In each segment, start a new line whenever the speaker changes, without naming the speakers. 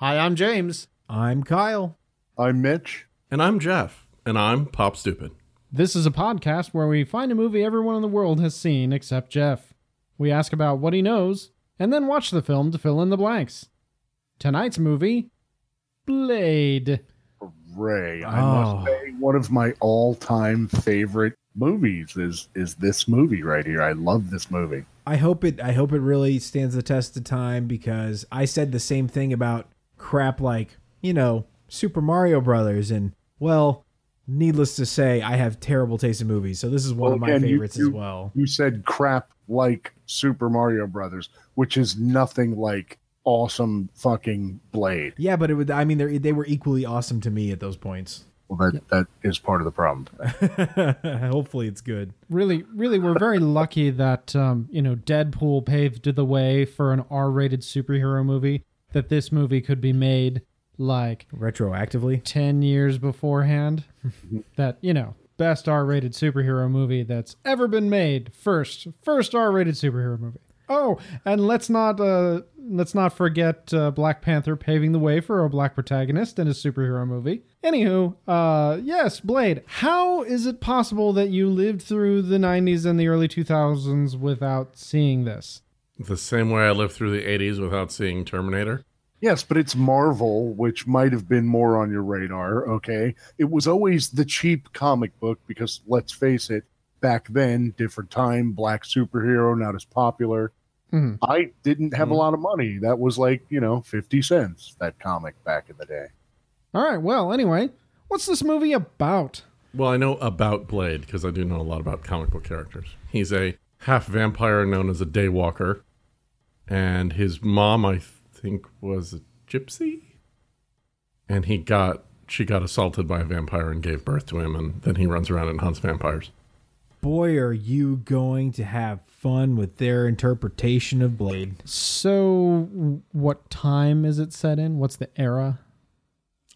I'm James.
I'm Kyle.
I'm Mitch.
And I'm Jeff. And I'm Pop Stupid.
This is a podcast where we find a movie everyone in the world has seen except Jeff. We ask about what he knows and then watch the film to fill in the blanks. Tonight's movie Blade.
Ray, I must say, one of my all-time favorite movies is is this movie right here. I love this movie.
I hope it I hope it really stands the test of time because I said the same thing about crap like, you know, Super Mario Brothers and well, needless to say, I have terrible taste in movies. So this is one
Well,
of my
again, you-
favorites
you-
as well.
You said crap like Super Mario Brothers, which is nothing like awesome fucking Blade.
Yeah, but it would I mean they they were equally awesome to me at those points.
Well, that that is part of the problem.
Hopefully it's good.
Really, really, we're very lucky that um, you know Deadpool paved the way for an R-rated superhero movie. That this movie could be made like
Retroactively.
10 years beforehand that you know best r-rated superhero movie that's ever been made first first r-rated superhero movie oh and let's not uh let's not forget uh, black panther paving the way for a black protagonist in a superhero movie anywho uh yes blade how is it possible that you lived through the 90s and the early 2000s without seeing this
The same way I lived through the 80s without seeing Terminator.
Yes, but it's Marvel, which might have been more on your radar, okay? It was always the cheap comic book because let's face it, back then, different time, black superhero, not as popular.
Mhm.
I didn't have a lot of money. That was like, you know, 50 cents, that comic back in the day.
all right well anyway what's this movie about
Well, I know about Blade because I do know a lot about comic book characters. He's a half vampire known as a daywalker. And his mom, I think, was a gypsy. And he got, she got assaulted by a vampire and gave birth to him. And then he runs around and hunts vampires.
Boy are you going to have fun with their interpretation of Blade.
So, w- what time is it set in? What's the era?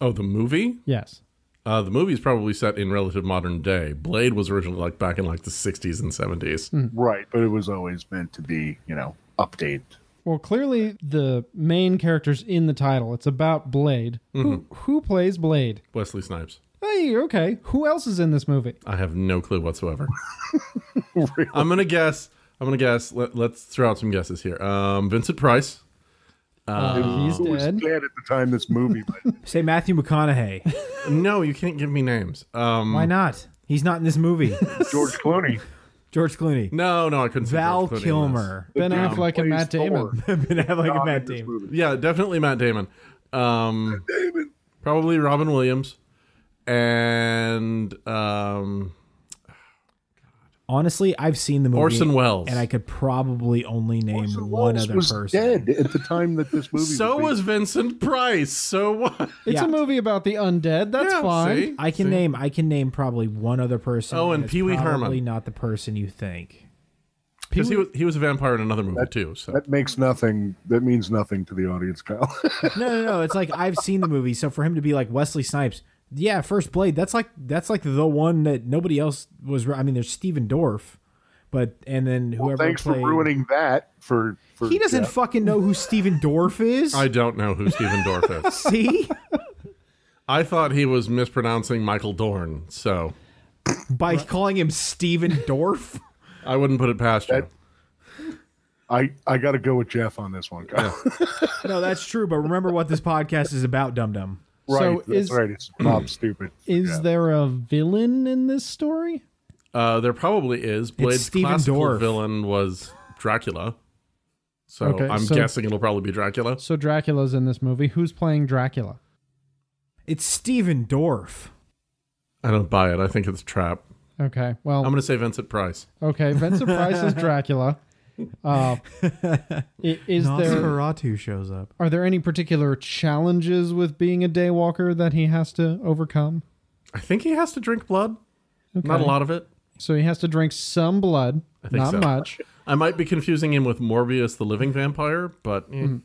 Oh, the movie?
Yes.
Uh, the movie's probably set in relative modern day. Blade was originally like back in like the 60s and 70s.
Right, but it was always meant to be, you know, updated.
Well, clearly the main character's in the title. It's about Blade. Who, who plays Blade?
Wesley Snipes.
Hey, okay. Who else is in this movie?
I have no clue whatsoever. I'm gonna guess. I'm gonna guess. Let, let's throw out some guesses here. Um, Vincent Price.
Oh, he's
Who was
dead.
dead at the time this movie, but
Say Matthew McConaughey.
No, you can't give me names. Um,
Why not? He's not in this movie.
George Clooney.
George
Mm,
Clooney.
no, no, I couldn't. say
Val
George Clooney in this.
Kilmer.
Ben
Dude
Affleck and
plays
Matt
Thor.
Damon.
Ben Affleck and
Not
Matt
in this
Damon.
movie.
Yeah, definitely Matt Damon. Um, Probably Robin Williams, and um,
Honestly, I've seen the movie.
Orson Welles.
And I could probably only name
Orson
one
Welles
other
was
person.
dead at the time that this movie
so
was. made.
was Vincent Price. So what?
It's
Yeah.
a movie about the undead. That's
Yeah,
fine.
see?
I can name I can name probably one other person.
Oh, and
it's
Pee Wee Herman.
Probably not the person you think.
Because he was he was a vampire in another movie too. So
That makes nothing. That means nothing to the audience, Kyle.
No, no, no. It's like I've seen the movie, so for him to be like Wesley Snipes, yeah, First Blade. That's like that's like the one that nobody else was. I mean, there's Steven Dorff, but and then whoever.
Thanks
played,
for ruining that. For, for
He doesn't
Jeff.
fucking know who Steven Dorff is.
I don't know who Stephen Dorff is.
See,
I thought he was mispronouncing Michael Dorn, so
by calling him Steven Dorff.
I wouldn't put it past you.
I I got to go with Jeff on this one, Kyle.
No, that's true. But remember what this podcast is about, Dum Dum.
right.
So
that's
is-
right. It's
Hmm.
Bob Stupid.
Is
Yeah.
there a villain in this story?
Uh, there probably is. Blade's
Stephen
classical
Dorff.
villain was Dracula, so
Okay,
I'm
so-
guessing it'll probably be Dracula.
So Dracula's in this movie. Who's playing Dracula?
It's Steven Dorff.
I don't buy it. I think it's a trap.
Okay. Well,
I'm going to say Vincent Price.
okay. Vincent Price is Dracula. Uh, i- is there
shows up.
Are there any particular challenges with being a daywalker that he has to overcome?
I think he has to drink blood. Not a lot of it.
So he has to drink some blood,
think
not
so.
much.
I might be confusing him with Morbius, the living vampire, but eh.
Hmm.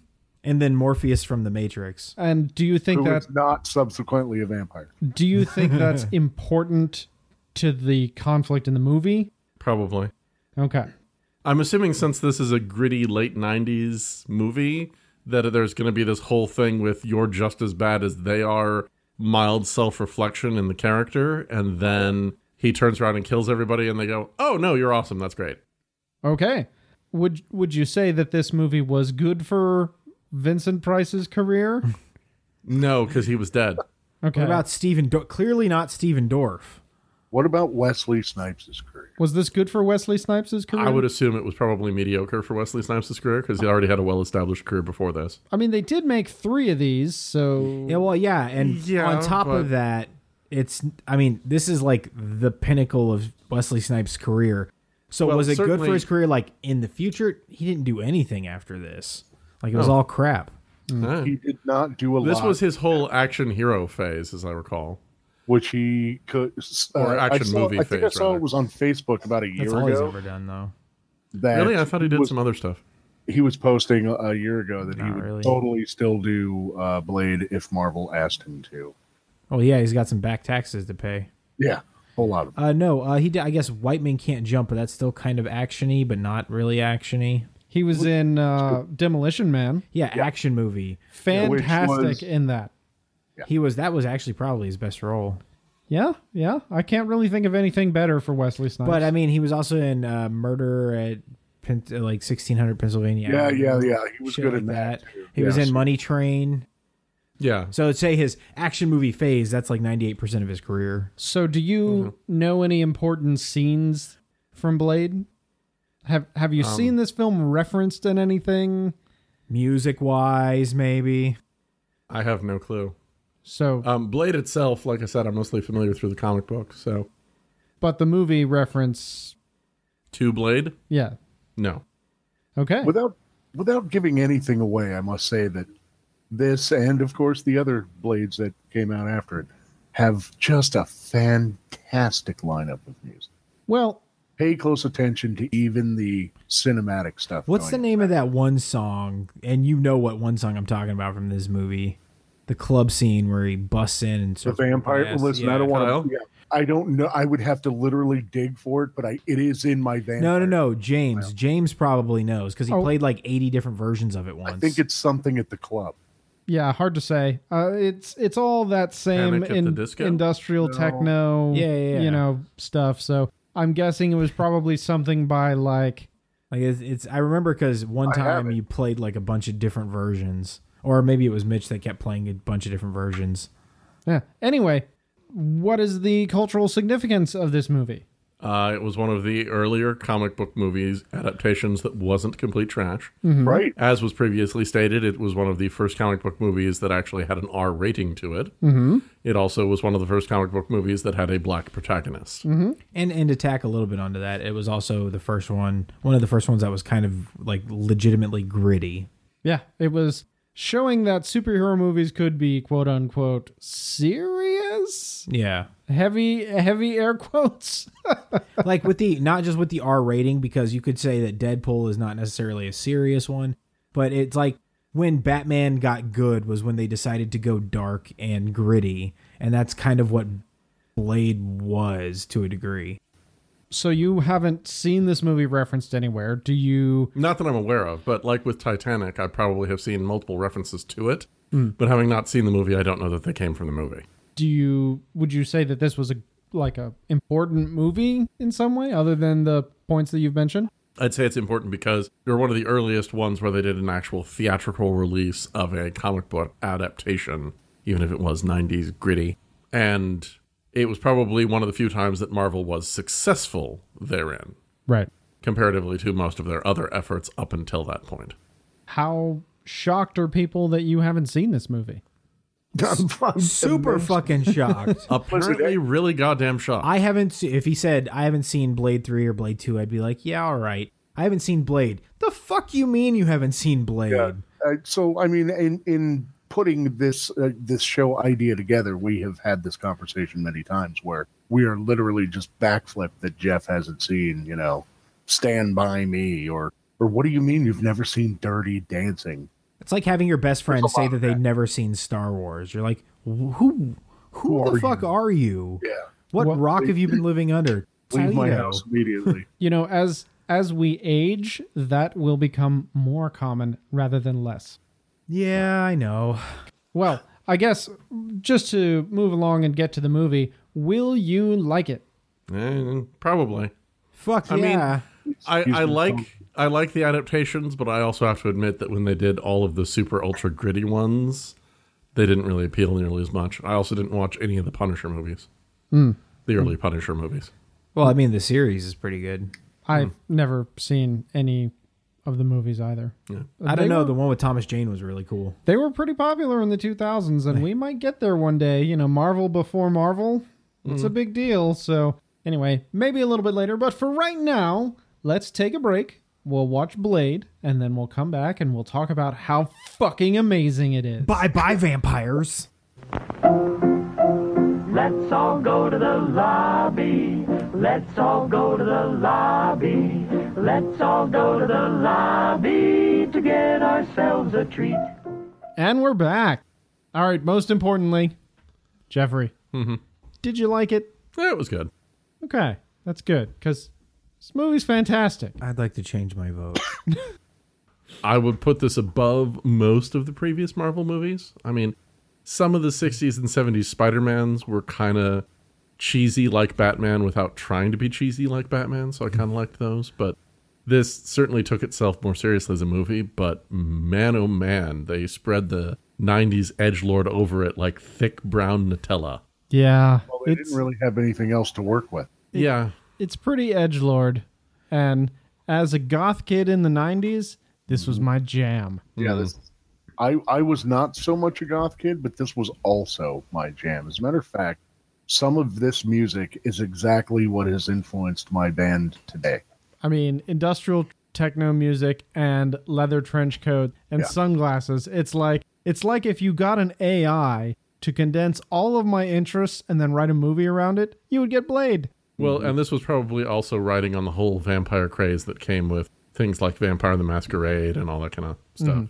And then Morpheus from The Matrix.
And do you think
Who
that
was not subsequently a vampire?
do you think that's important to the conflict in the movie?
probably.
Okay.
I'm assuming since this is a gritty late '90s movie, that there's going to be this whole thing with you're just as bad as they are, mild self reflection in the character, and then he turns around and kills everybody, and they go, "Oh no, you're awesome. That's great."
Okay. Would would you say that this movie was good for Vincent Price's career?
No, because he was dead.
Okay.
What about Steven? Dor- Clearly not Steven Dorff.
What about Wesley Snipes' career?
was this good for Wesley Snipes' career?
I would assume it was probably mediocre for Wesley Snipes' career because he already had a well-established career before this.
I mean, they did make three of these, so
Yeah, well, yeah, and
Yeah,
on top
but-
of that, it's. I mean, this is like the pinnacle of Wesley Snipes' career. So
Well,
was it good
certainly-
for his career? Like in the future, he didn't do anything after this. Like it was all crap.
Yeah.
Mm. He did not do a
This
lot,
was his whole action hero phase, as I recall.
which he could. s- Uh,
Or action
I saw,
movie
I think I
phase,
saw
rather.
it was on Facebook about a year
That's all he's
ago.
ever done, though.
That
Really, I thought he did
was-
some other stuff.
he was posting a- a year ago that he
Not
would
really.
totally still do uh, Blade if Marvel asked him to.
Oh yeah, he's got some back taxes to pay.
Yeah, a whole lot of.
Uh, no, uh, he. Did, I guess White Man can't jump, but that's still kind of actiony, but not really actiony.
he was in uh, Demolition Man.
Yeah, action movie.
which
Fantastic
was-
in that.
He was. That was actually probably his best role.
Yeah, yeah. I can't really think of anything better for Wesley Snipes.
But I mean, he was also in uh, Murder at Pen- uh, like 1600 Pennsylvania.
Yeah,
Avenue,
yeah, yeah. He was
shit
good
like
in that. too.
He was
Yeah,
in
so-
Money Train.
Yeah,
So I'd say his action movie phase, that's like 98% of his career.
so, do you
Mm-hmm.
know any important scenes from Blade? Have Have
Um,
you seen this film referenced in anything?
Music wise, maybe.
I have no clue.
So,
Um, Blade itself, like I said, I'm mostly familiar through the comic book. So,
but the movie reference,
two Blade?
yeah.
No.
Okay.
without without giving anything away. I must say that this and of course the other Blades that came out after it have just a fantastic lineup of music.
well,
Pay close attention to even the cinematic stuff.
What's the
going
name of that one song? And you know what one song I'm talking about from this movie. The club scene where he busts in and
The
sort of-
vampire.
Oh, Yes,
listen,
yeah.
I don't
Kyle?
want to. Yeah, I don't know. I would have to literally dig for it, but I it is in my vampire.
No, no, no. James. James probably knows because he
Oh.
played like 80 different versions of it once.
I think it's something at the club.
yeah, hard to say. Uh, it's it's all that same
Panic at the
in-
Disco?
industrial techno,
Yeah, yeah, yeah.
you know, stuff. So I'm guessing it was probably something by like
Like it's, it's I remember because one
I have
time you played like a bunch of different versions, or maybe it was Mitch that kept playing a bunch of different versions.
Yeah. Anyway, what is the cultural significance of this movie?
Uh, it was one of the earlier comic book movies adaptations that wasn't complete trash.
Mm-hmm.
Right.
As was previously stated, it was one of the first comic book movies that actually had an R rating to it. It also was one of the first comic book movies that had a black protagonist.
And and to tack a little bit onto that, it was also the first one, one of the first ones that was kind of like legitimately gritty.
Yeah, it was showing that superhero movies could be quote unquote serious.
Yeah,
Heavy heavy air quotes.
like with the not just with the R rating because you could say that Deadpool is not necessarily a serious one, but it's like when Batman got good was when they decided to go dark and gritty, and that's kind of what Blade was to a degree.
so you haven't seen this movie referenced anywhere. Do you
Not that I'm aware of, but like with Titanic, I probably have seen multiple references to it. But having not seen the movie, I don't know that they came from the movie.
do you would you say that this was a like a important movie in some way other than the points that you've mentioned?
I'd say it's important because you're one of the earliest ones where they did an actual theatrical release of a comic book adaptation, even if it was 90s gritty. And it was probably one of the few times that Marvel was successful therein,
Right.
comparatively to most of their other efforts up until that point.
How shocked are people that you haven't seen this movie?
I'm, I'm
Super
amazed.
fucking shocked.
Apparently, really goddamn shocked.
I haven't. Se- if he said I haven't seen Blade three or Blade two, I'd be like, yeah, all right. I haven't seen Blade. The fuck you mean you haven't seen Blade?
Yeah. Uh, so I mean, in in putting this uh, this show idea together, we have had this conversation many times where we are literally just backflipped that Jeff hasn't seen, you know, Stand by Me or or what do you mean you've never seen Dirty Dancing?
It's like having your best friend
There's a
say
lot
that
of
they've never seen Star Wars. You're like, who, who,
Who
the
are
fuck
you?
are you?
Yeah,
What
What-
rock have you been living under? That's how
leave
you
my
know.
house immediately.
you know as as we age that will become more common rather than less
Yeah, I know.
Well, I guess just to move along and get to the movie, will you like it?
Eh, probably.
Fuck
I mean,
yeah.
I,
Excuse
I
me,
like
Tom.
I like the adaptations, but I also have to admit that when they did all of the super ultra gritty ones, they didn't really appeal nearly as much. I also didn't watch any of the Punisher movies, the early Punisher movies.
well, I mean, the series is pretty good.
I've never seen any of the movies either. They
I don't know.
were-
The one with Thomas Jane was really cool.
They were pretty popular in the 2000s, and we might get there one day. You know, Marvel before Marvel, it's a big deal. So, anyway, maybe a little bit later, but for right now, let's take a break. We'll watch Blade, and then we'll come back and we'll talk about how fucking amazing it is.
Bye bye, vampires.
Let's all go to the lobby. Let's all go to the lobby. Let's all go to the lobby to get ourselves a treat.
And we're back. All right, most importantly, Jeffrey,
Mm-hmm.
did you like it?
Yeah, Eh, it was good.
Okay, that's good, because this movie's fantastic.
I'd like to change my vote.
I would put this above most of the previous Marvel movies. I mean, some of the 60s and 70s Spider-Mans were kind of cheesy like Batman without trying to be cheesy like Batman, so I kind of liked those, but this certainly took itself more seriously as a movie, but man oh man, they spread the 90s edge lord over it like thick brown Nutella.
Yeah,
Well, they
it's,
didn't really have anything else to work with.
yeah.
it's pretty edgelord. And as a goth kid in the 90s, this
Mm-hmm.
was my jam.
Mm-hmm.
Yeah, this, I I was not so much a goth kid, but this was also my jam. As a matter of fact, some of this music is exactly what has influenced my band today.
I mean, industrial techno music and leather trench coat and
Yeah.
sunglasses. It's like it's like if you got an AI to condense all of my interests and then write a movie around it, you would get Blade.
Well, and this was probably also riding on the whole vampire craze that came with things like Vampire the Masquerade and all that kind of stuff.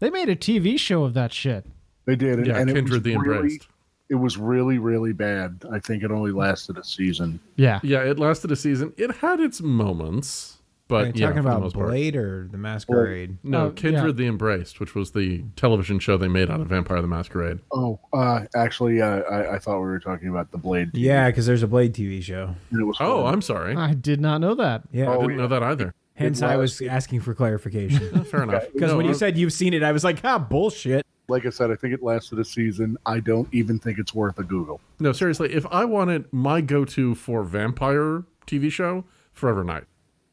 They made a TV show of that shit.
They did, and-
Yeah,
and
Kindred
it
the
was really,
Embraced.
it was really really bad. I think it only lasted a season.
Yeah.
Yeah, it lasted a season. It had its moments,
Are you
but yeah,
talking
for the
about
most part.
Blade or the Masquerade?
No,
Oh,
Kindred
yeah.
the Embraced, which was the television show they made out of Vampire the Masquerade.
Oh, uh, actually, uh, I I thought we were talking about the Blade. TV,
Yeah, because there's a Blade TV show.
and it was
Oh,
horrible.
I'm sorry. I
I did not know that.
Yeah.
Oh,
didn't know that either.
Hence, I was asking for clarification.
Fair enough.
Because
No,
when you
I-
said you've seen it, I was like, ah, bullshit.
like I said, I think it lasted a season. I don't even think it's worth a Google.
no, seriously, if I wanted my go-to for vampire TV show, Forever Night.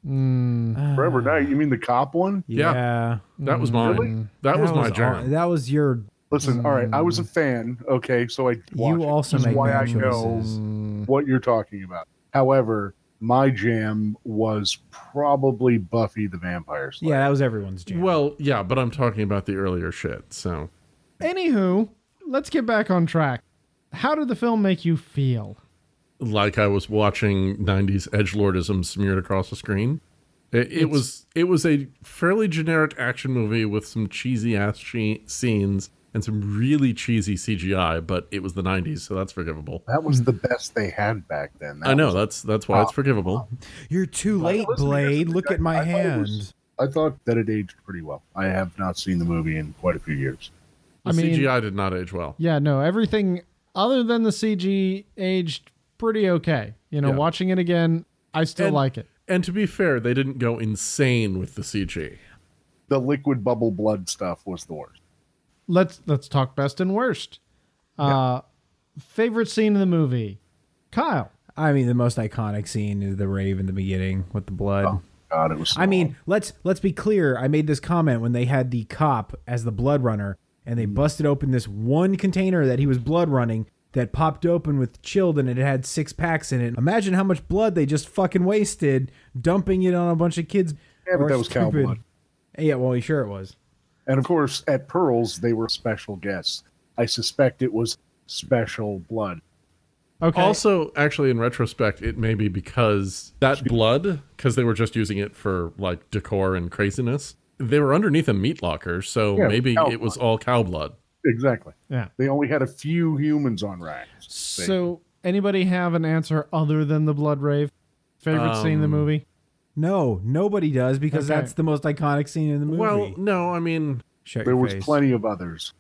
Hmm.
Forever Night. You mean the cop one?
Yeah. That was mine. That, was my jam.
aw- That Mm, was your.
Listen, all right, I was a fan. Okay, so I watch
Mm. You
it.
also
This is
make
why
bad
I know
choices.
what you're talking about. However, my jam was probably Buffy the Vampire Slayer.
Yeah, that was everyone's jam.
Well, yeah, but I'm talking about the earlier shit. So
Anywho, let's get back on track. How did the film make you feel?
like I was watching '90s edge lordism smeared across the screen. It, it was it was a fairly generic action movie with some cheesy ass she- scenes and some really cheesy CGI, but it was the '90s, so that's forgivable.
That
Hmm.
was the best they had back then. That
I know
was-
that's that's why it's forgivable.
You're too late,
Listen,
Blade.
I-
Look at
I
my
thought it
hand.
was- I thought that it aged pretty well. I have not seen the movie in quite a few years.
The
I mean-
CGI did not age well.
Yeah, no, everything other than the CG aged pretty okay. You know,
Yeah.
watching it again, I still
And-
like it.
And to be fair, they didn't go insane with the CG.
The liquid bubble blood stuff was the worst.
Let's let's talk best and worst. Uh favorite scene in the movie. Kyle.
I mean, the most iconic scene is the rave in the beginning with the blood.
Oh. God, it was. so
I mean, let's let's be clear. I made this comment when they had the cop as the blood runner, and
Hmm.
they busted open this one container that he was blood running that popped open with chilled, and it had six packs in it. Imagine how much blood they just fucking wasted dumping it on a bunch of kids.
Yeah, but
or
that was cow
stupid-
blood.
Yeah, well, you sure it was.
And of course, at Pearls, they were special guests. I suspect it was special blood.
Okay.
Also, actually, in retrospect, it may be because that blood, because they were just using it for like decor and craziness. They were underneath a meat locker, so
Yeah,
maybe
cow
it was all cow blood.
Exactly.
yeah.
They only had a few humans on racks.
So anybody have an answer other than the blood rave? Favorite scene in the movie?
No, nobody does because
Okay.
that's the most iconic scene in the movie.
Well, no, I mean,
Shut
There
your
was
face.
plenty of others.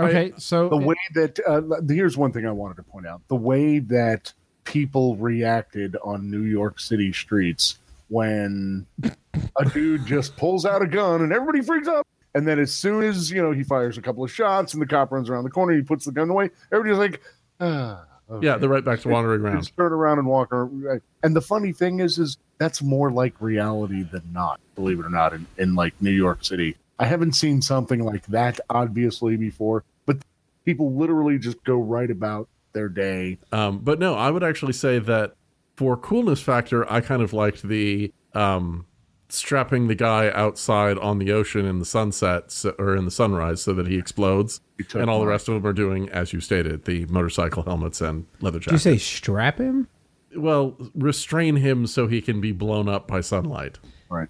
Okay, so
The way that uh, here's one thing I wanted to point out: the way that people reacted on New York City streets when a dude just pulls out a gun and everybody freaks out. And then as soon as you know he fires a couple of shots and the cop runs around the corner, he puts the gun away. Everybody's like, ah, okay.
Yeah, they're right back to wandering around.
Just turn around and walk around. And the funny thing is, is that's more like reality than not. Believe it or not, in, in like New York City, I haven't seen something like that obviously before. But people literally just go right about their day.
Um, but no, I would actually say that for coolness factor, I kind of liked the um, strapping the guy outside on the ocean in the sunset so, or in the sunrise so that he explodes.
You took
And all the
mine.
rest of them are doing, as you stated, the motorcycle helmets and leather
Did you
jackets.
say strap him?
well, restrain him so he can be blown up by sunlight.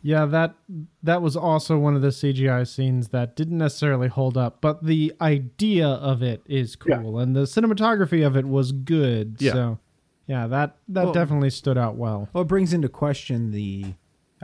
Yeah, that that was also one of the CGI scenes that didn't necessarily hold up, but the idea of it is cool, and the cinematography of it was good.
Yeah.
So, yeah, that that
Well-
definitely stood out well.
Well, it brings into question the.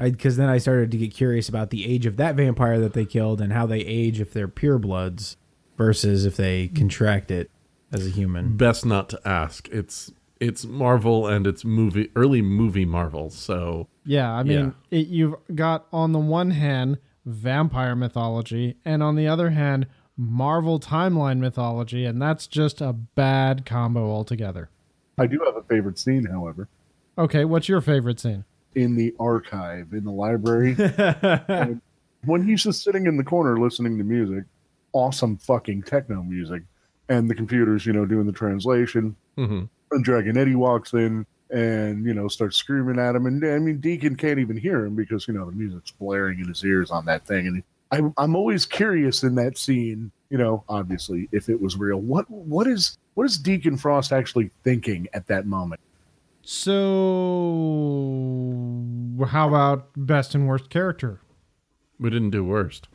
Because then I started to get curious about the age of that vampire that they killed and how they age if they're purebloods versus if they contract it as a human.
Best not to ask. It's it's Marvel and it's movie early movie Marvel. So
Yeah, I mean, It, you've got on the one hand vampire mythology, and on the other hand Marvel timeline mythology, and that's just a bad combo altogether.
I do have a favorite scene, however,
Okay, what's your favorite scene?
in the archive in the library And when he's just sitting in the corner listening to music, awesome fucking techno music, and the computers, you know, doing the translation.
mhm.
and Dragon Eddie walks in and you know starts screaming at him, and I mean Deacon can't even hear him because you know the music's blaring in his ears on that thing. And I, I'm always curious in that scene, you know, obviously if it was real, what what is what is Deacon Frost actually thinking at that moment?
So, how about best and worst character?
we didn't do worst.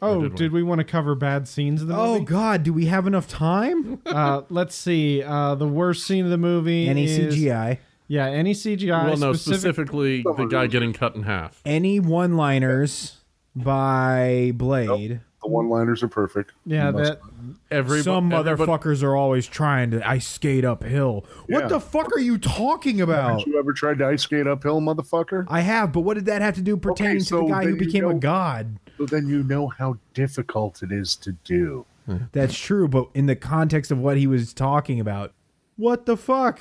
Oh,
did we?
did, we want to cover bad scenes of the
Oh,
movie?
God, do we have enough time?
uh, let's see. Uh, the worst scene of the movie.
Any
is-
CGI,
Yeah, any CGI.
well, no,
specific.
specifically the guy getting cut in half.
any one liners by Blade.
The one-liners are perfect.
Yeah,
Must-
that
Every
Some
everybody-
motherfuckers are always trying to ice skate uphill.
Yeah.
What the fuck are you talking about?
You ever tried to ice skate uphill, motherfucker?
I have, but what did that have to do pertaining
so
to the guy
then
who
you
became a
know-
god?
So then you know how difficult it is to do.
That's true, but in the context of what he was talking about, what the fuck?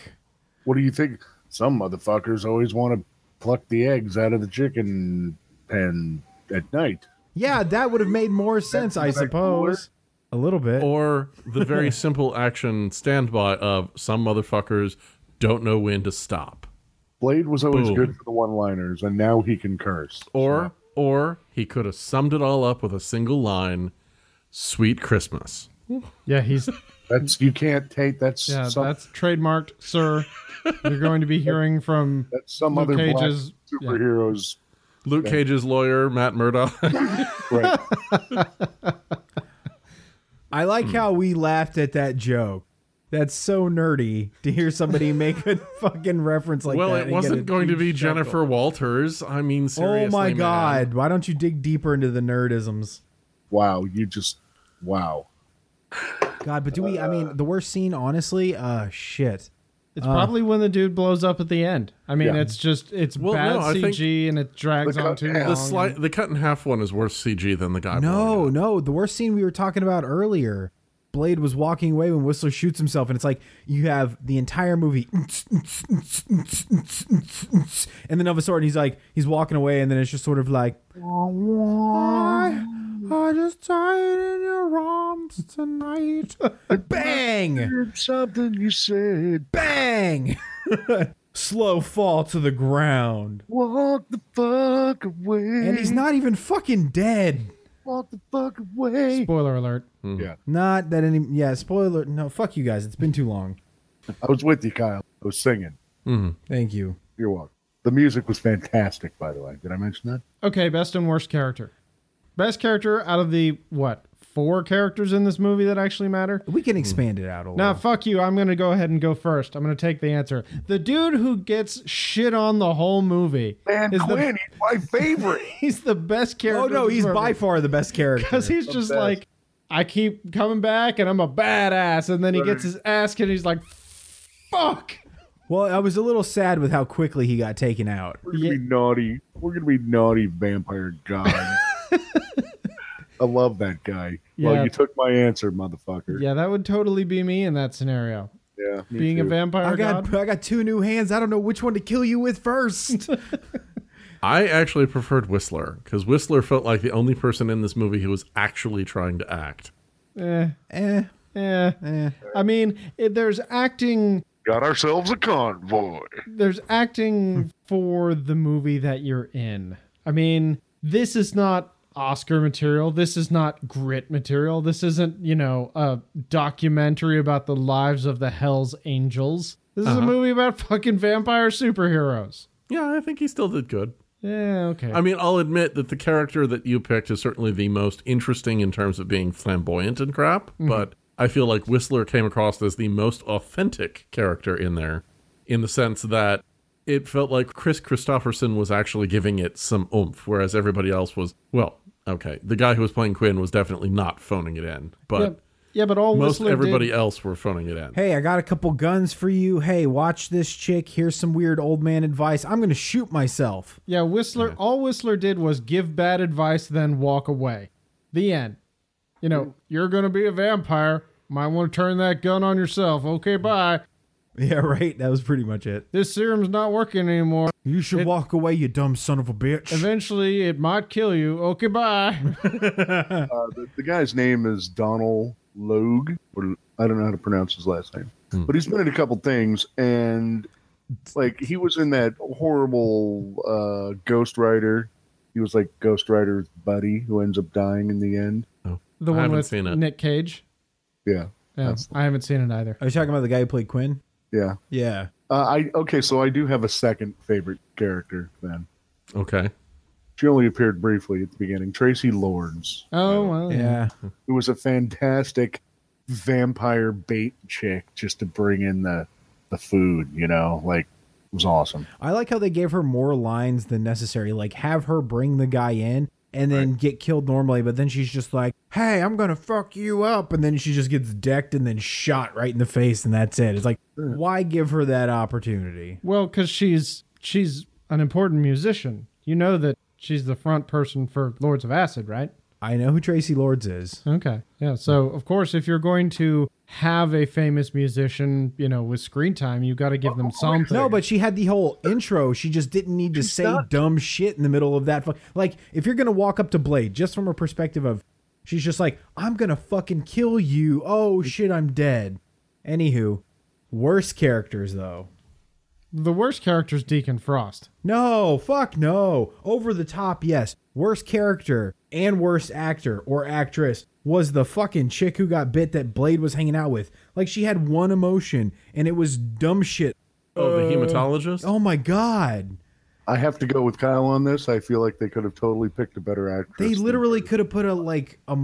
What do you think? Some motherfuckers always want to pluck the eggs out of the chicken pen at night.
Yeah, that would have made more sense, I
not that
suppose. A little bit.
or the very simple action standby of some motherfuckers don't know when to stop.
Blade was always
Boom.
good for the one-liners, and now he can curse.
Or or he could have summed it all up with a single line, "Sweet Christmas."
yeah, he's
That's you can't take. That's
yeah,
some, that's,
that's trademarked, sir. You're going to be hearing from
some
Luke
other
Cage's-
black
yeah.
superheroes.
Luke Cage's lawyer, Matt Murdock.
Right?
I like
Hmm.
how we laughed at that joke. That's so nerdy to hear somebody make a fucking reference like
well,
that.
it
and get a
wasn't going to
huge
be
chuckle.
Jennifer Walters. I mean, seriously.
Oh my
man.
god, why don't you dig deeper into the nerdisms?
wow, you just wow.
God, but do we I mean the worst scene honestly, uh shit.
It's probably when the dude blows up at the end. I mean,
Uh. Yeah.
it's just it's
Well,
bad
no, I think-
CG and it drags
The
on
cut-
too
the
long.
The slight, the cut in half one is worse CG than the guy. blowing
No,
it.
no, the worst scene we were talking about earlier. Blade was walking away when Whistler shoots himself, and it's like you have the entire movie, and then of a sudden he's like he's walking away, and then it's just sort of like, I, I just died in your arms tonight. bang,
Something you said.
bang, slow fall to the ground,
Walk the fuck away.
and he's not even fucking dead.
walk the fuck away.
Spoiler alert.
Not that any, yeah. Spoiler, no, fuck you guys. It's been too long.
I was with you, Kyle. I was singing.
Thank you.
You're welcome. The music was fantastic, by the way. Did I mention that?
Okay, best and worst character. Best character out of the what four characters in this movie that actually matter.
We can expand it out a little.
Hmm. Now, fuck you. I'm going to go ahead and go first. I'm going to take the answer. The dude who gets shit on the whole movie
Man,
is the
Quinn, he's my favorite.
he's the best character.
oh no, he's by far the best character.
because he's just like I keep coming back and I'm a badass, and then he gets his ass kicked. and He's like, fuck.
well, I was a little sad with how quickly he got taken out.
We're gonna be naughty. We're gonna be naughty vampire god. I love that guy.
Yeah.
Well, you took my answer, motherfucker.
Yeah, that would totally be me in that scenario.
Yeah, me
Being a
too.
vampire
I got
god.
I got two new hands. I don't know which one to kill you with first.
I actually preferred Whistler because Whistler felt like the only person in this movie who was actually trying to act.
Eh,
eh,
eh.
eh.
I mean, it, there's acting.
Got ourselves a convoy.
There's
Hmm.
acting for the movie that you're in. I mean, this is not Oscar material. This is not grit material. This isn't, you know, a documentary about the lives of the Hell's Angels. This
Uh-huh.
is a movie about fucking vampire superheroes.
Yeah, I think he still did good.
Yeah, okay.
I mean, I'll admit that the character that you picked is certainly the most interesting in terms of being flamboyant and crap,
Mm-hmm.
but I feel like Whistler came across as the most authentic character in there in the sense that it felt like Chris Christopherson was actually giving it some oomph, whereas everybody else was, well, okay, the guy who was playing Quinn was definitely not phoning it in, but
yeah, yeah, but all
most
Whistler
everybody
did,
else were phoning it in.
Hey, I got a couple guns for you. Hey, watch this chick. Here's some weird old man advice. I'm gonna shoot myself.
yeah, Whistler, all Whistler did was give bad advice, then walk away. The end. You know, you're gonna be a vampire. Might want to turn that gun on yourself. Okay, bye.
Yeah, right. That was pretty much it.
This serum's not working anymore.
You should walk away, you dumb son of a bitch.
Eventually, it might kill you. Okay, bye.
Uh, the, the guy's name is Donald Logue, or I don't know how to pronounce his last name,
Hmm.
but he's been in a couple things, and like he was in that horrible uh, Ghost Rider. He was like Ghost Rider's buddy who ends up dying in the end.
The
I
one
haven't
with
seen it.
Nick Cage.
Yeah,
Yeah,
That's the-
I haven't seen it either.
Are you talking about the guy who played Quinn?
yeah.
Yeah.
Uh, I okay, so I do have a second favorite character. Then
Uh,
Okay.
she only appeared briefly at the beginning. Tracy Lords,
Oh well, yeah.
Yeah.
who was a fantastic vampire bait chick, just to bring in the the food. You know, like it was awesome.
I like how they gave her more lines than necessary. Like, have her bring the guy in and then get killed normally, but then she's just like, hey, I'm going to fuck you up. And then she just gets decked and then shot right in the face, and that's it. It's like, why give her that opportunity?
Well, because she's she's an important musician. You know that she's the front person for Lords of Acid, right?
I know who Tracy Lords is.
Okay. Yeah. So, of course, if you're going to have a famous musician, you know, with screen time, you got to give them something.
No, but she had the whole intro. She just didn't need to say dumb shit in the middle of that. fu- Like, if you're going to walk up to Blade, just from her perspective of, she's just like, I'm going to fucking kill you. Oh, shit, I'm dead. Anywho, worse characters, though.
the worst character's Deacon Frost.
No, fuck no. Over the top, yes. Worst character and worst actor or actress was the fucking chick who got bit that Blade was hanging out with. Like she had one emotion and it was dumb shit.
Oh, the hematologist?
Oh my god.
I have to go with Kyle on this. I feel like they could have totally picked a better actress.
They
than-
literally could have put a like a,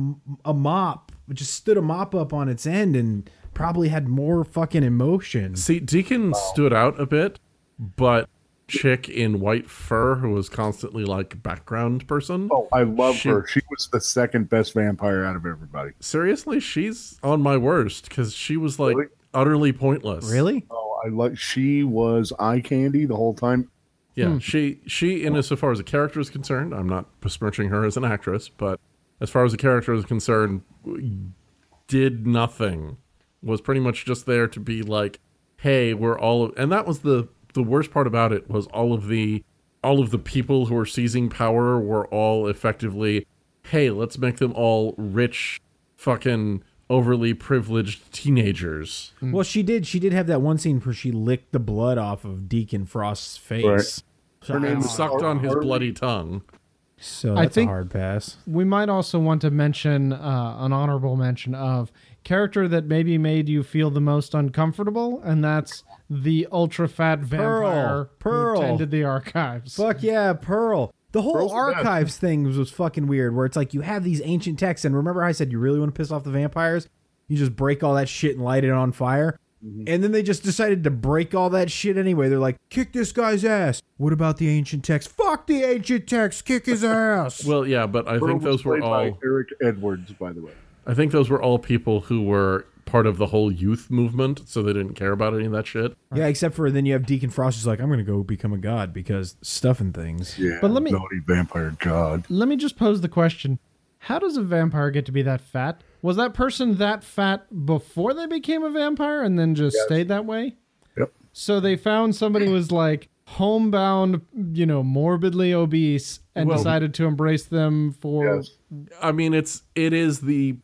a mop, just stood a mop up on its end and probably had more fucking emotion.
See, Deacon stood out a bit, but chick in white fur who was constantly like background person.
Oh, I love
She-
her. She was the second best vampire out of everybody.
Seriously, she's on my worst because she was like
Really?
utterly pointless.
Really?
Oh, I like. She was eye candy the whole time.
Yeah. She she in as far as the character is concerned, I'm not besmirching her as an actress, but as far as the character is concerned, did nothing. Was pretty much just there to be like, hey, we're all and that was the the worst part about it was all of the all of the people who were seizing power were all effectively, hey, let's make them all rich fucking overly privileged teenagers.
Mm.
Well, she did. She did have that one scene where she licked the blood off of Deacon Frost's face.
Right.
So
Her name
And
was
sucked on his
Harley.
bloody tongue.
So
I
that's
think-
a hard pass.
We might also want to mention uh, an honorable mention of character that maybe made you feel the most uncomfortable, and that's the ultra fat vampire who
Pearl.
tended the archives.
Fuck yeah, Pearl. The whole
Bro's the best.
archives thing was, was fucking weird, where it's like you have these ancient texts, and remember I said you really want to piss off the vampires? You just break all that shit and light it on fire.
Mm-hmm.
And then they just decided to break all that shit anyway. They're like, kick this guy's ass. What about the ancient text? Fuck the ancient text. Kick his ass.
Well, yeah, but I
Burl
think
was
those were
played by
all.
Eric Edwards, by the way.
I think those were all people who were part of the whole youth movement, so they didn't care about any of that shit.
yeah, except for then you have Deacon Frost who's like, I'm going to go become a god because stuff and things.
Yeah,
But let me-
naughty vampire god.
Let me just pose the question How does a vampire get to be that fat? Was that person that fat before they became a vampire and then just stayed that way?
Yep.
So they found somebody who was like homebound, you know, morbidly obese and
Well-
decided to embrace them for.
Yes.
I mean, it's it is the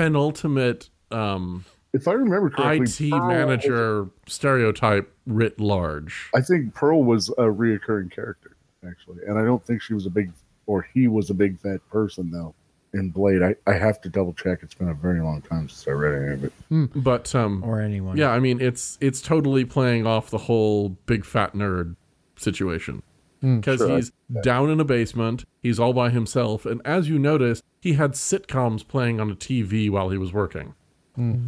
penultimate um,
If I remember correctly,
IT manager stereotype writ large.
I think Pearl was a reoccurring character actually, and I don't think she was a big or he was a big fat person though. In Blade, I, I have to double check. It's been a very long time since I read any of it.
But um,
Or
Oh
anyone.
yeah, I mean, it's it's totally playing off the whole big fat nerd situation because
Hmm, Sure, I-
he's down in a basement, he's all by himself, and as you notice, he had sitcoms playing on a TV while he was working.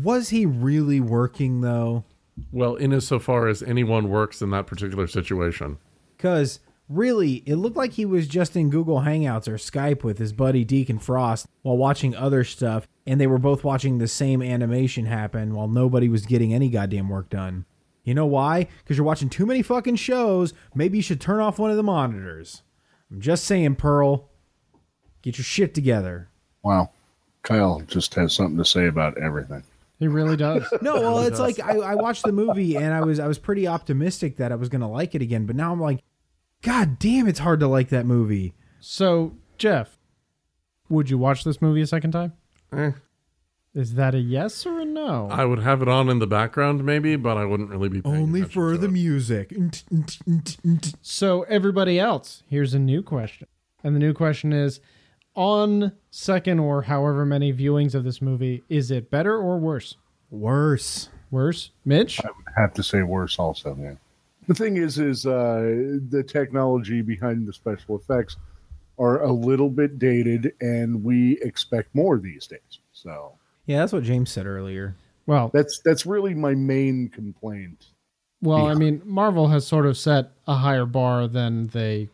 Was he really working, though?
Well, in as so far as anyone works in that particular situation.
Because really, it looked like he was just in Google Hangouts or Skype with his buddy Deacon Frost while watching other stuff, and they were both watching the same animation happen while nobody was getting any goddamn work done. You know why? Because you're watching too many fucking shows. Maybe you should turn off one of the monitors. I'm just saying, Pearl. Get your shit together.
Wow, Kyle just has something to say about everything.
He really does.
No, well, it's like I, I watched the movie and I was I was pretty optimistic that I was gonna like it again, but now I'm like, God damn, it's hard to like that movie.
so, Jeff, would you watch this movie a second time?
Eh.
Is that a yes or a no?
I would have it on in the background, maybe, but I wouldn't really be paying attention to it.
music.
So, everybody else, here's a new question. And the new question is on second or however many viewings of this movie, is it better or worse?
Worse.
Worse? Mitch?
have to say worse also yeah the thing is is uh the technology behind the special effects are a little bit dated and we expect more these days so
Yeah, that's what James said earlier.
Well,
that's that's really my main complaint
well, I mean, Marvel has sort of set a higher bar than they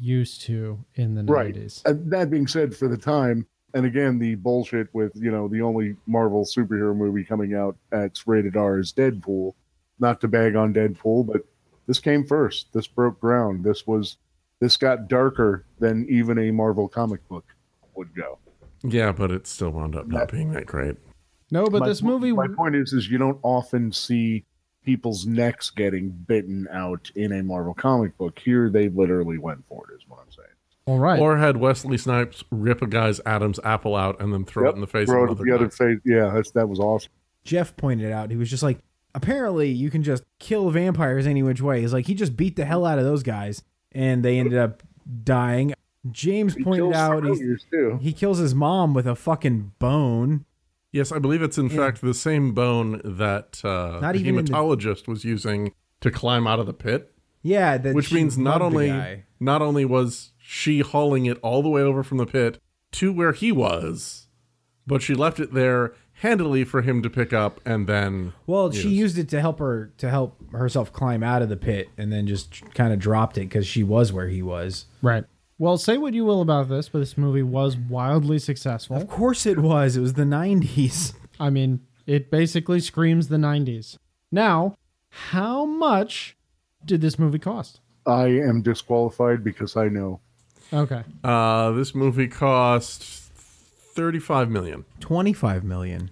used to in the 90s.
Uh, that being said for the time and again the bullshit with you know the only marvel superhero movie coming out that's rated r is deadpool not to bag on deadpool but this came first this broke ground this was this got darker than even a marvel comic book would go
Yeah, but it still wound up not being that great.
No, but
My
this
po-
movie
My point is, is you don't often see people's necks getting bitten out in a Marvel comic book. Here, they literally went for it. Is what I'm saying.
All right.
Or had Wesley Snipes rip a guy's Adam's apple out and then throw it in the face of
Throw it at
another
the other
guy.
face. Yeah, that's, that was awesome.
Jeff pointed out he was just like, apparently you can just kill vampires any which way. He's like, he just beat the hell out of those guys, and they ended up dying. James pointed
Kills
out he's,
familiars, too.
he kills his mom with a fucking bone.
Yes, I believe it's in fact the same bone that uh,
Not
the
even in the-
hematologist was using to climb out of the pit,
Yeah, that
which
she
means not
loved the
only
guy.
not only was she hauling it all the way over from the pit to where he was, but she left it there handily for him to pick up and then
Well, she used it to help her to help herself climb out of the pit, and then just kind of dropped it because she was where he was.
Right. Well, say what you will about this, but this movie was wildly successful.
Of course, it was. It was the '90s.
I mean, it basically screams the 90s. Now, how much did this movie cost?
I am disqualified because I know.
Okay.
uh, this movie cost thirty five million.
25 million.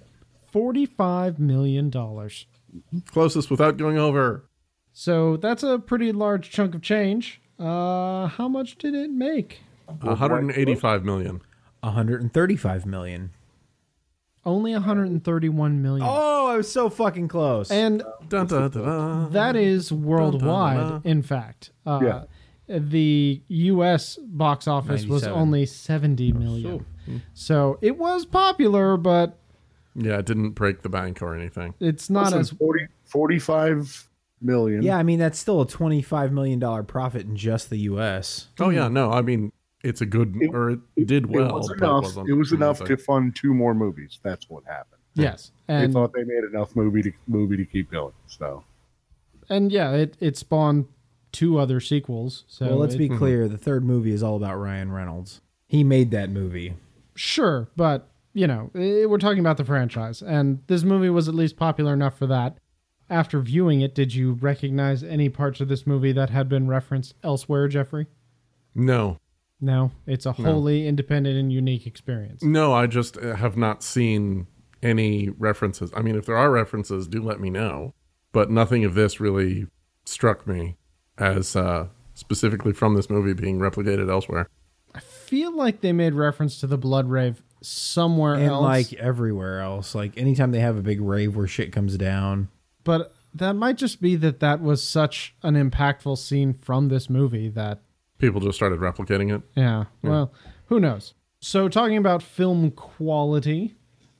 $45 million.
Closest without going over.
So that's a pretty large chunk of change. Uh, how much did it make?
185 million.
135 million.
Only 131 million.
Oh, I was so fucking close.
And
Dun, dun, dun, dun.
that is worldwide, in fact. Uh, The U.S. box office was
97.
only 70 million. So it was popular, but
Yeah, it didn't break the bank or anything.
it's not
Listen,
as.
40, 45 million.
Yeah, I mean that's still a twenty-five million dollar profit in just the U.S.
Oh yeah, no, I mean it's a good or it did
it
well.
was
but
enough.
wasn't
it was enough to
amazing.
fund two more movies. That's what happened.
Yes,
they
and
thought they made enough movie to movie to keep going. So
and yeah, it it spawned two other sequels. So
well, let's
it-
be clear: the third movie is all about Ryan Reynolds. He made that movie.
sure, but you know, i we're talking about the franchise, and this movie was at least popular enough for that. After viewing it, did you recognize any parts of this movie that had been referenced elsewhere, Jeffrey?
No,
No, it's a wholly independent and unique
Mm.
experience.
no, I just uh, have not seen any references. I mean, if there are references, do let me know. But nothing of this really struck me as uh, specifically from this movie being replicated elsewhere.
Feel like they made reference to the blood rave somewhere
and
else,
like everywhere else like anytime they have a big rave where shit comes down
but that might just be that that was such an impactful scene from this movie that
People just started replicating it.
Yeah. Well, who knows? So, talking about film quality,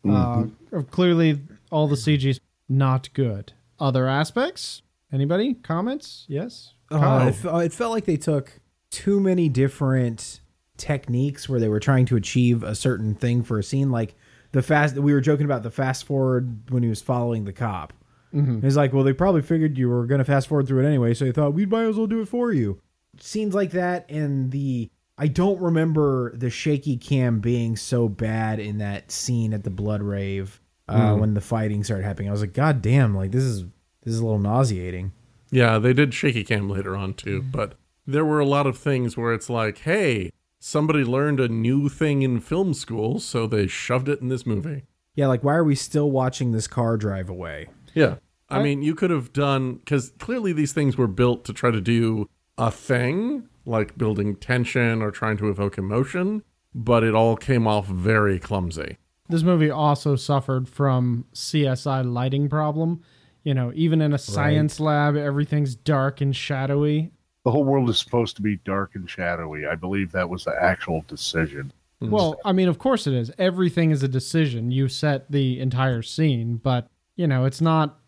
uh, clearly all the CG's not good. Other aspects? Anybody? Comments? Yes?
uh,
Oh.
it, fe- uh, it felt like they took too many different techniques where they were trying to achieve a certain thing for a scene like the fast we were joking about the fast forward when he was following the cop it's like well they probably figured you were going to fast forward through it anyway so they thought we might as well do it for you scenes like that and the i don't remember the shaky cam being so bad in that scene at the blood rave uh, when the fighting started happening i was like god damn like this is this is a little nauseating
Yeah, they did shaky cam later on too, but there were a lot of things where it's like, hey, somebody learned a new thing in film school, so they shoved it in this movie.
Yeah, like why are we still watching this car drive away?
Yeah. I, mean, you could have done because clearly these things were built to try to do a thing, like building tension or trying to evoke emotion, but it all came off very clumsy.
This movie also suffered from CSI lighting problem. You know, even in a science lab, everything's dark and shadowy.
the whole world is supposed to be dark and shadowy. I believe that was the actual decision.
Well, I mean, of course it is. Everything is a decision. You set the entire scene, but, you know, it's not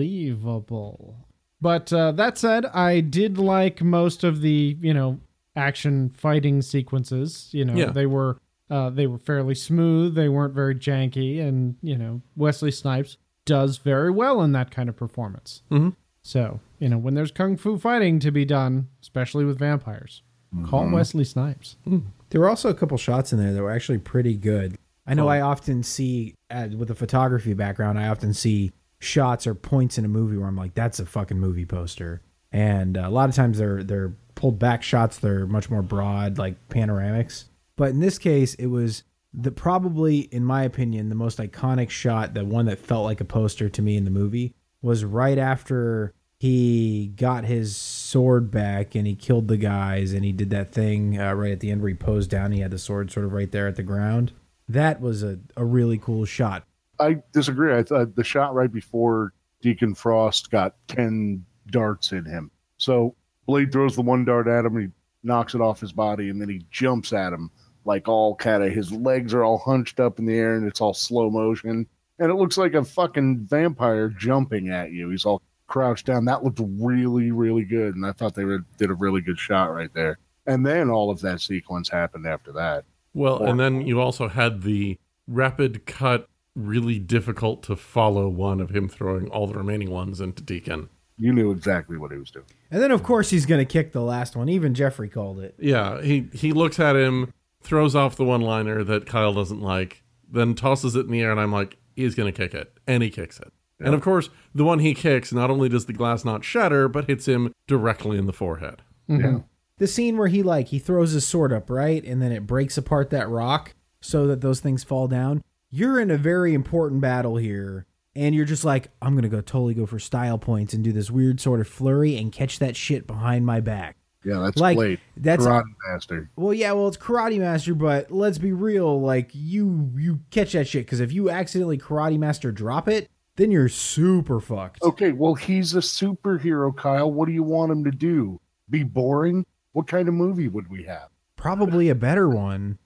believable. But uh, that said, I did like most of the, you know, action fighting sequences. You know,
Yeah.
they were. Uh, they were fairly smooth. They weren't very janky, and you know Wesley Snipes does very well in that kind of performance.
Mhm.
So you know when there's kung fu fighting to be done, especially with vampires, call Wesley Snipes.
There were also a couple shots in there that were actually pretty good. I know I often see uh, with a photography background, I often see shots or points in a movie where I'm like, that's a fucking movie poster. And uh, a lot of times they're they're pulled back shots. They're much more broad, like panoramics. But in this case, it was the probably, in my opinion, the most iconic shot, the one that felt like a poster to me in the movie, was right after he got his sword back and he killed the guys and he did that thing uh, right at the end where he posed down. And he had the sword sort of right there at the ground. That was a, a really cool shot.
I disagree. I thought the shot right before Deacon Frost got ten darts in him. So Blade throws the one dart at him, he knocks it off his body, and then he jumps at him like all kind of his legs are all hunched up in the air, and it's all slow motion, and it looks like a fucking vampire jumping at you. He's all crouched down. That looked really, really good, and I thought they were, did a really good shot right there. And then all of that sequence happened after that.
Well,
Or-
and then you also had the rapid cut, really difficult to follow one of him throwing all the remaining ones into Deacon.
You knew exactly what he was doing.
And then, of course, he's going to kick the last one. Even Jeffrey called it.
Yeah, he he looks at him, throws off the one liner that Kyle doesn't like, then tosses it in the air, and I'm like, he's gonna kick it, and he kicks it. And of course, the one he kicks, not only does the glass not shatter, but hits him directly in the forehead.
Yeah.
The scene where he like he throws his sword up, right, and then it breaks apart that rock so that those things fall down. You're in a very important battle here, and you're just like, I'm gonna go totally go for style points and do this weird sort of flurry and catch that shit behind my back.
Yeah, that's
Like,
Blade.
that's-
Karate Master.
Well, yeah, well, it's Karate Master, but let's be real. Like you, you catch that shit because if you accidentally Karate Master drop it, then you're super fucked.
Okay, well, he's a superhero, Kyle. What do you want him to do? Be boring? What kind of movie would we have?
Probably a better one.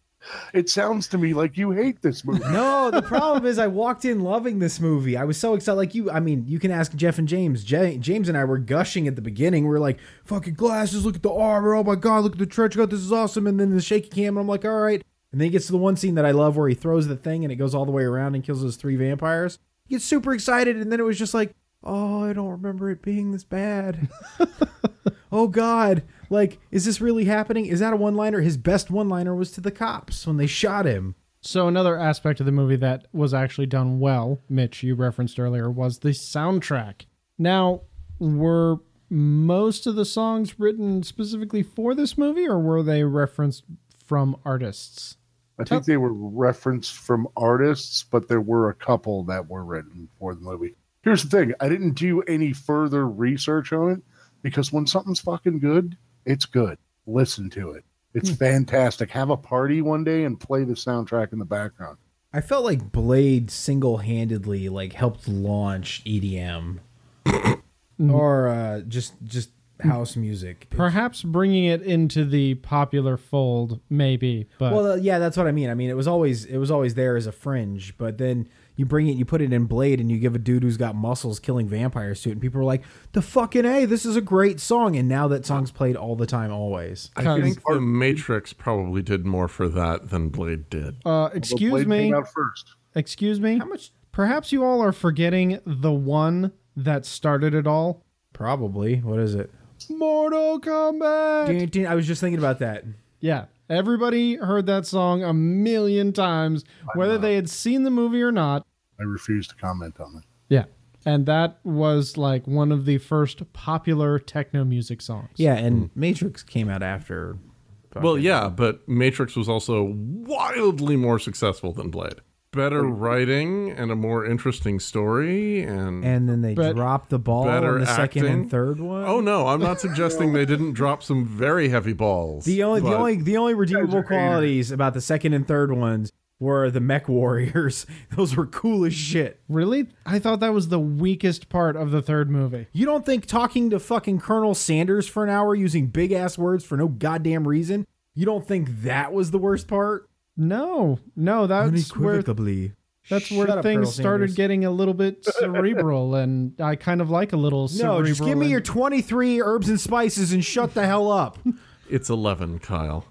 It sounds to me like you hate this movie.
No, the problem is I walked in loving this movie. I was so excited. Like you, I mean, you can ask Jeff and James. Ja- James and I were gushing at the beginning. We were like, "Fucking glasses! Look at the armor! Oh my god! Look at the trench coat! This is awesome!" And then the shaky cam. And I'm like, "All right." And then he gets to the one scene that I love where he throws the thing and it goes all the way around and kills those three vampires. He gets super excited, and then it was just like, "Oh, I don't remember it being this bad." oh god like is this really happening is that a one-liner his best one-liner was to the cops when they shot him
So another aspect of the movie that was actually done well, Mitch, you referenced earlier, was the soundtrack. Now, were most of the songs written specifically for this movie, or were they referenced from artists?
I think they were referenced from artists, but there were a couple that were written for the movie. Here's the thing I didn't do any further research on it because when something's fucking good, it's good. Listen to it. It's
Hmm.
fantastic. Have a party one day and play the soundtrack in the background.
i felt like blade single-handedly like helped launch edm or uh just just house music
Perhaps bringing it into the popular fold, maybe, but
well uh, yeah that's what i mean i mean it was always it was always there as a fringe but then you bring it you put it in blade and you give a dude who's got muscles killing vampires to it and people are like the fucking a this is a great song and now that song's played all the time always
I think the Matrix probably did more for that than Blade did.
uh,
But
excuse
Blade
me,
Came out first.
excuse me.
how much
Perhaps you all are forgetting the one that started it all.
probably what is it
Mortal Kombat.
Dun, dun. I was just thinking about that.
Yeah. Everybody heard that song a million times, whether they had seen the movie or not.
I refuse to comment on it.
Yeah. And that was like one of the first popular techno music songs.
Yeah, and Matrix came out after.
Well, yeah, but Matrix was also wildly more successful than Blade. Better writing and a more interesting story and,
And then they
But-
dropped the ball on
better
the
acting.
second and third one.
Oh no, I'm not suggesting they didn't drop some very heavy balls.
the only the
but-
only the only redeemable
Guys are haters.
qualities about the second and third ones were the mech warriors. Those were cool as shit.
Really? I thought that was the weakest part of the third movie.
You don't think talking to fucking Colonel Sanders for an hour using big ass words for no goddamn reason? You don't think that was the worst part?
No, no, that's where that's where
Shut
things
up,
started
Colonel Sanders.
getting a little bit cerebral, and I kind of like a little cerebral.
No, just give me
and-
your 23 herbs and spices and shut the hell up.
It's eleven, Kyle.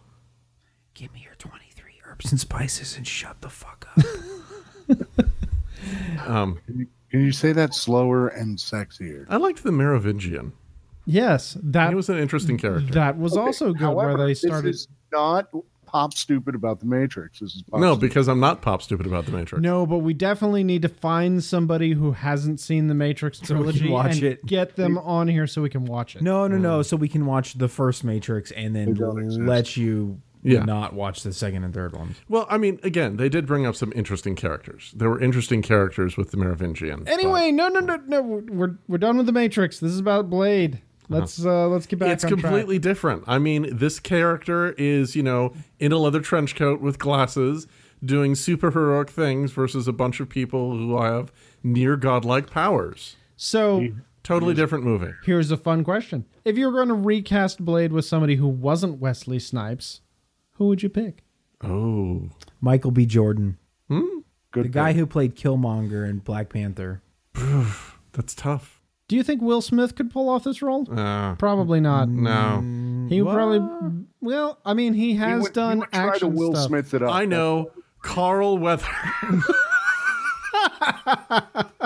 Give me your 23 herbs and spices and shut the fuck up.
Um,
Can you say that slower and sexier?
I liked the Merovingian.
yes, that
He was an interesting character.
that was also good
However,
where they started.
This is not pop stupid about the Matrix. This is pop
No,
stupid.
because I'm not pop stupid about the Matrix.
No, but we definitely need to find somebody who hasn't seen the Matrix
we can
trilogy
watch
and
it.
get them on here so we can watch it.
No, no, no. So we can watch the first Matrix and then
Mm. don't exist.
let you
Yeah.
not watch the second and third ones.
Well, I mean, again, they did bring up some interesting characters. There were interesting characters with the Merovingian.
Anyway, no, no, no, no. We're we're done with the Matrix. This is about Blade. Let's uh, let's get back.
it's
on
completely different. I mean, this character is, you know, in a leather trench coat with glasses, doing superheroic things versus a bunch of people who have near godlike powers.
Track. So Mm.
Totally different movie.
here's a fun question: If you're going to recast Blade with somebody who wasn't Wesley Snipes, who would you pick?
Oh,
Michael B. Jordan,
Good
the guy who played Killmonger in Black Panther.
that's tough.
Do you think Will Smith could pull off this role?
Uh,
Probably not.
no,
He would probably. Well, I mean, he
He
has
would- he
done
would try to
action
Will
stuff.
Smith it up.
I know Carl Weather.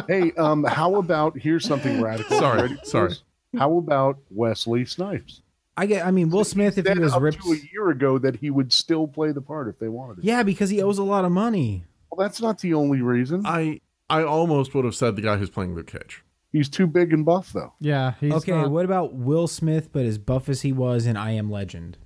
Hey, um, how about here's something radical? Ready
sorry,
for
sorry.
this? How about Wesley Snipes?
I get. I mean, Will Smith if
That
he was
up
ripped.
to a year ago that he would still play the part if they wanted it.
Yeah, because he owes a lot of money.
Well, that's not the only reason.
I I almost would have said the guy who's playing Luke Cage.
He's too big and buff though.
Yeah. He's
okay,
not-
what about Will Smith, but as buff as he was in I Am Legend?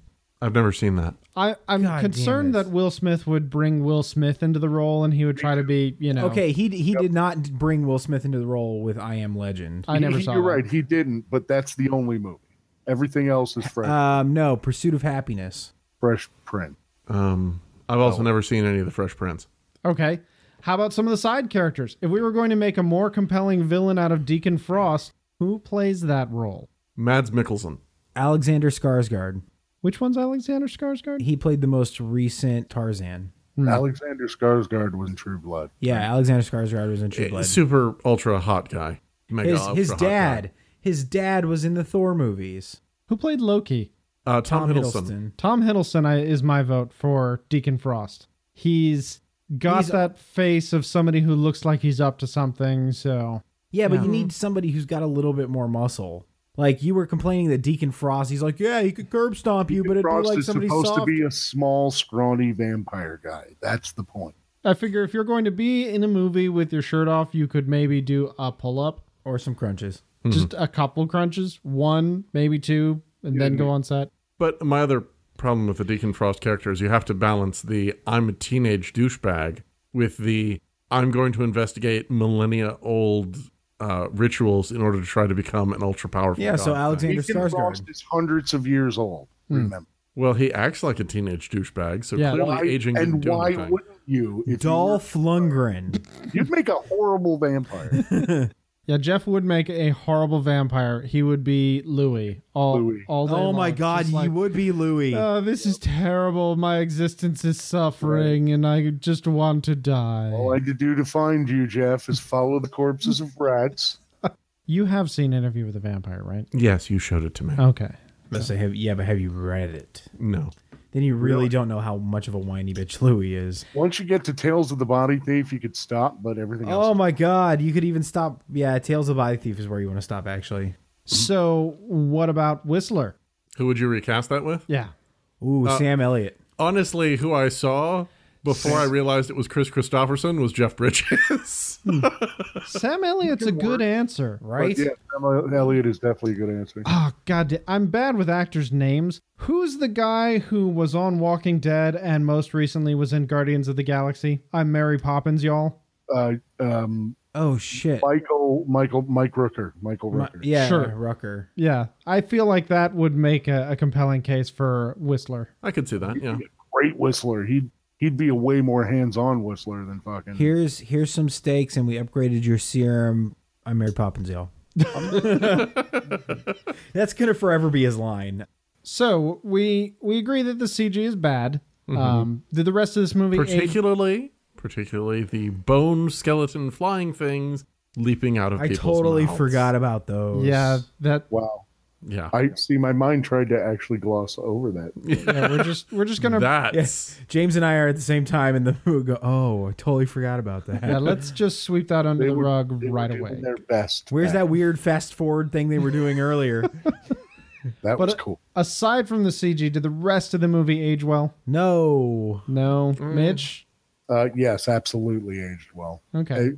I've never seen that.
I, I'm
God damn
concerned
it.
that Will Smith would bring Will Smith into the role and he would try to be, you know.
Okay, he he did not bring Will Smith into the role with I Am Legend.
I never
He-
saw
You're
that.
right. He didn't, but that's the only movie. Everything else is
Uh,
Fresh,
Um, no, Pursuit of Happiness.
fresh Print.
Um, I've also
Oh.
never seen any of the Fresh Prince.
Okay. How about some of the side characters? If we were going to make a more compelling villain out of Deacon Frost, who plays that role?
Mads Mikkelsen.
Alexander Skarsgård.
Which one's Alexander Skarsgård?
He played the most recent Tarzan.
hmm.
Alexander Skarsgård was in True Blood.
Yeah, Alexander Skarsgård was in
Eh,
True Blood.
Super ultra hot guy. Mega
His,
ultra
his
hot guy.
dad, his dad was in the Thor movies.
Who played Loki?
Uh, Tom,
Tom
Hiddleston.
Hiddleston.
Tom Hiddleston I, is my vote for Deacon Frost. He's got
He's-
that face of somebody who looks like he's up to something. So
Yeah, but you need somebody who's got a little bit more muscle. Like you were complaining that Deacon Frost, he's like, yeah, he could curb stomp you, but it'd
Frost
be like
is
somebody
supposed
soft.
to be a small, scrawny vampire guy. That's the point.
I figure if you're going to be in a movie with your shirt off, you could maybe do a pull up,
or some crunches.
Oh
just
Mm-hmm.
a couple crunches, one, maybe two, and then go on set.
But my other problem with the Deacon Frost character is you have to balance the I'm a teenage douchebag with the I'm going to investigate millennia old uh, rituals in order to try to become an ultra powerful.
Yeah, so
god thing.
Alexander
Deacon Frost
Skarsgård.
is hundreds of years old.
Hmm.
Remember,
Well, he acts like a teenage douchebag, so
Yeah.
clearly
Why-
aging didn't
and
do
why
anything.
wouldn't you? If
Dolph Lundgren.
you would make a horrible vampire.
Yeah, Jeff would make a horrible vampire. He would be Louis all,
Louis.
all day
Oh my
long,
God,
just
he
like,
would be Louis.
Oh, this is terrible. My existence is suffering, and I just want to die.
All I had to do to find you, Jeff, is follow the corpses of rats.
you have seen Interview with a Vampire, right?
Yes, you showed it to
Uh,
me.
Okay.
Unless I have, yeah, but have you read it?
No.
Then you really don't know how much of a whiny bitch Louis is.
Once you get to Tales of the Body Thief, you could stop, but everything else.
Oh my God, you could even stop. Yeah, Tales of Body Thief is where you want to stop. Actually,
So, what about Whistler?
Who would you recast that with?
Yeah.
ooh, Sam Elliott.
Honestly, who I saw before I realized it was Chris Christopherson was Jeff Bridges.
Sam Elliott's a good answer.
Right?
Yeah, Sam Elliott is definitely a good answer.
Oh, God, da- I'm bad with actors' names. Who's the guy who was on Walking Dead and most recently was in Guardians of the Galaxy? I'm Mary Poppins, y'all.
Uh, um,
Oh shit.
Michael, Michael, Mike Rooker, Michael
Mi-
Rooker.
yeah,
Sure.
Rucker.
Yeah, I feel like that would make a, a compelling case for Whistler.
I could see that, yeah.
great whistler. He'd he'd be a way more hands-on whistler than fucking.
Here's here's some steaks, and we upgraded your serum. I married Poppins, y'all. That's gonna forever be his line.
So we we agree that the CG is bad.
Mm-hmm.
Um, did the rest of this movie age?
Particularly particularly the bone skeleton flying things leaping out of
I
people's
totally
mouths.
forgot about those.
Yeah, that
Wow.
Yeah.
I see. My mind tried to actually gloss over that.
yeah, we're just we're just gonna
That's
Yes. James and I are at the same time, and the we go. Oh, I totally forgot about that.
yeah. Let's just sweep that under
They
the
were-
rug
they were
right
doing
away.
Their best.
Where's that weird fast forward thing they were doing earlier?
But
That was
uh,
cool.
aside from the CG, did the rest of the movie age well?
no.
No,
Mm.
Mitch.
Uh, yes, absolutely aged well.
Okay.
Uh,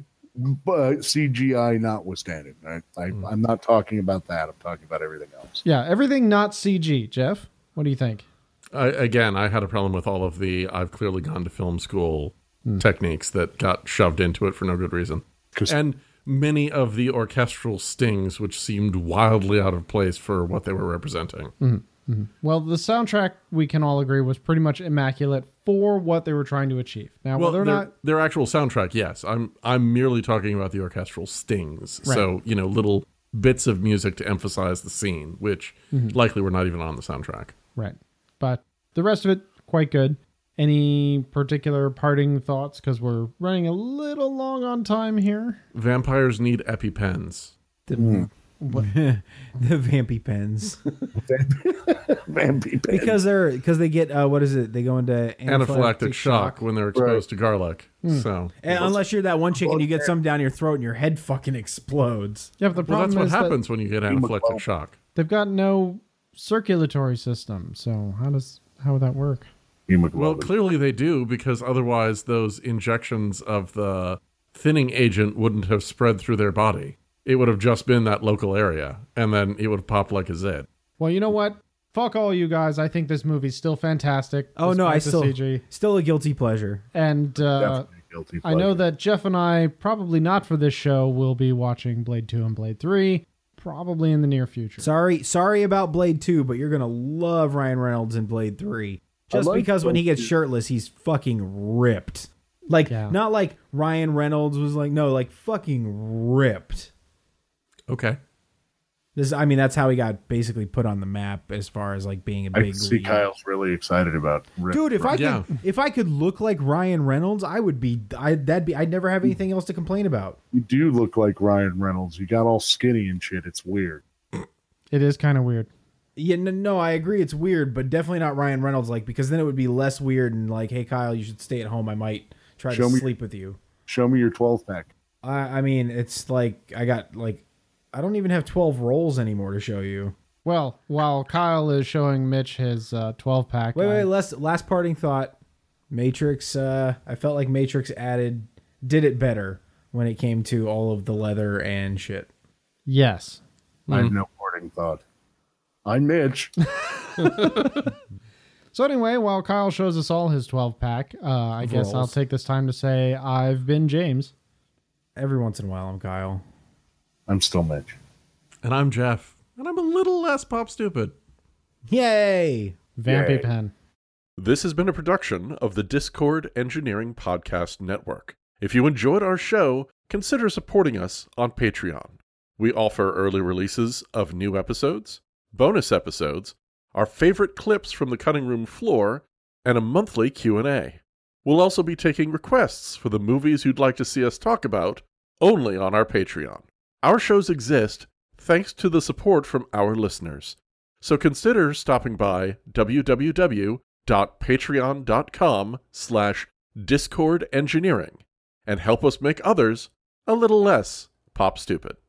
but CGI notwithstanding, I, I, I'm not talking about that. I'm talking about everything else.
Yeah, everything not CG. Jeff, what do you think?
I, again, I had a problem with all of the I've clearly gone to film school
Hmm.
techniques that got shoved into it for no good reason.
'Cause-
And many of the orchestral stings, which seemed wildly out of place for what they were representing.
Well, the soundtrack we can all agree was pretty much immaculate for what they were trying to achieve. Now,
Well,
whether
their,
or not
their actual soundtrack, yes. I'm I'm merely talking about the orchestral stings. So you know, little bits of music to emphasize the scene, which
Mm-hmm.
likely were not even on the soundtrack.
Right. But the rest of it, quite good. Any particular parting thoughts? Because we're running a little long on time here.
Vampires need epipens.
The,
Hmm.
the vampy pens
Vampy Pen.
because they're because they get uh, what is it? They go into
Anaphylactic, shock, when they're exposed to garlic.
Hmm.
So
And unless you're that one chicken, you get some down your throat and your head fucking explodes.
Yeah, but the
well,
problem
that's what
is that
happens when you get anaphylactic shock.
they've got no circulatory system. So how does how would that work?
Well, clearly they do because otherwise those injections of the thinning agent wouldn't have spread through their body. It would have just been that local area, and then it would have popped like a zit.
Well, you know what? Fuck all you guys. I think this movie's still fantastic.
Oh no, I still
despite the CG.
still a guilty pleasure.
And uh,
Definitely guilty
I know
pleasure.
that Jeff and I probably not for this show will be watching Blade Two and Blade Three, probably in the near future.
Sorry, sorry about Blade Two, but you're gonna love Ryan Reynolds in Blade Three. Just
like
because when he
Blade
gets
two.
shirtless, he's fucking ripped. Like
Yeah.
not like Ryan Reynolds was like no, like fucking ripped.
Okay.
This, I mean, that's how he got basically put on the map as far as like being a
I
big
can see
league.
Kyle's really excited about Rip.
Dude, if I could,
Yeah.
if I could look like Ryan Reynolds, I would be. I that'd be. I'd never
Mm.
have anything else to complain about.
you do look like Ryan Reynolds. You got all skinny and shit. It's weird.
It is kind of weird.
Yeah, no, no, I agree. It's weird, but definitely not Ryan Reynolds. Like because then it would be less weird and like, hey, Kyle, you should stay at home. I might try
Show
to
me-
sleep with you.
Show me your 12 pack.
I, I mean, it's like I got like, I don't even have twelve rolls anymore to show you.
Well, while Kyle is showing Mitch his uh, 12 pack,
Wait, wait, last last parting thought. Matrix. Uh, I felt like Matrix added did it better when it came to all of the leather and shit.
yes.
I
Mm-hmm.
Hmm.
have no parting thought. I'm Mitch.
So anyway, while Kyle shows us all his 12 pack, uh, I guess I'll
Rolls.
take this time to say I've been James.
Every once in a while, I'm Kyle.
I'm still Mitch.
And I'm Jeff. And I'm a little less pop stupid.
Yay!
Vampy
Yay.
Pen.
This has been a production of the Discord Engineering Podcast Network. If you enjoyed our show, consider supporting us on Patreon. We offer early releases of new episodes, bonus episodes, our favorite clips from the cutting room floor, and a monthly Q&A. We'll also be taking requests for the movies you'd like to see us talk about only on our Patreon. Our shows exist thanks to the support from our listeners. So consider stopping by www.patreon.com slash discord engineering and help us make others a little less pop stupid.